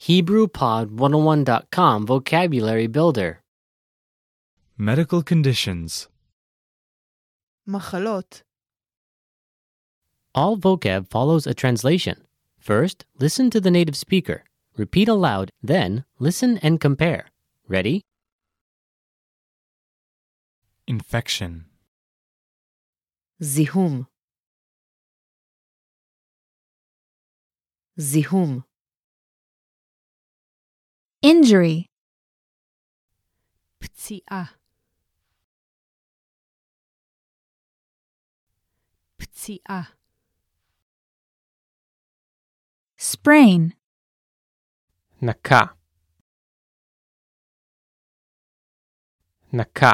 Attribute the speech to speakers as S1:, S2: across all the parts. S1: HebrewPod101.com Vocabulary Builder.
S2: Medical conditions.
S3: מחלות,
S1: All vocab follows a translation. First, listen to the native speaker. Repeat aloud, then, listen and compare. Ready?
S2: Infection.
S4: זיהום. זיהום,
S5: injury,
S6: פציעה. פציעה.
S5: sprain,
S7: נקע, נקע,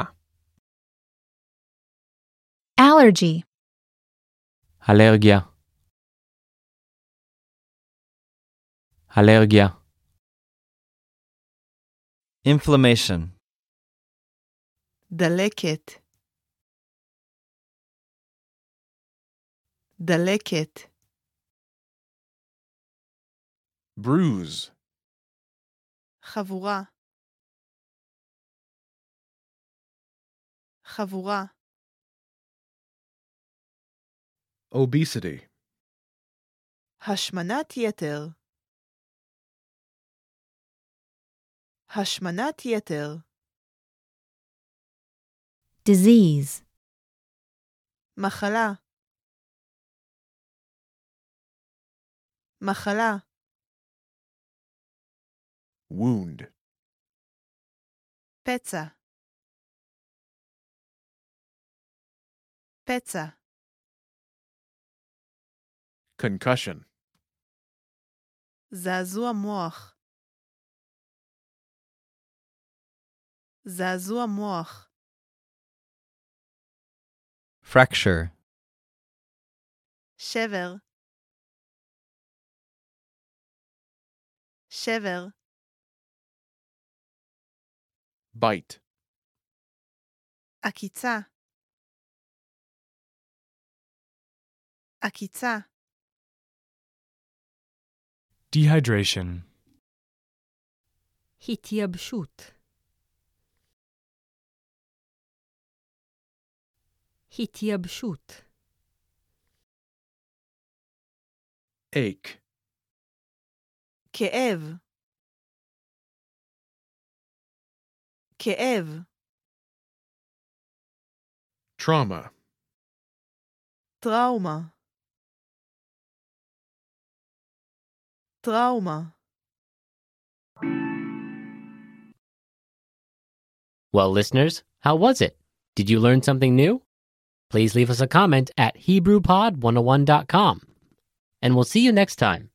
S5: allergy,
S7: אלרגיה, אלרגיה,
S8: Inflammation.
S3: דלקת. דלקת,
S9: bruise,
S3: חבורה. חבורה,
S9: obesity,
S3: השמנת יתר. השמנת יתר,
S5: disease,
S3: מחלה. מחלה,
S9: wound,
S3: פצע. פצע,
S9: concussion,
S3: זעזוע מוח. זעזוע מוח,
S8: Fracture.
S3: שבר. שבר,
S9: bite,
S3: עקיצה. עקיצה,
S2: Dehydration.
S6: התייבשות. התייבשות.
S9: ache,
S3: כאב. כאב,
S9: trauma,
S3: טראומה. טראומה.
S1: Well, listeners, how was it? Did you learn something new? oh Please leave us a comment at HebrewPod101.com. And we'll see you next time.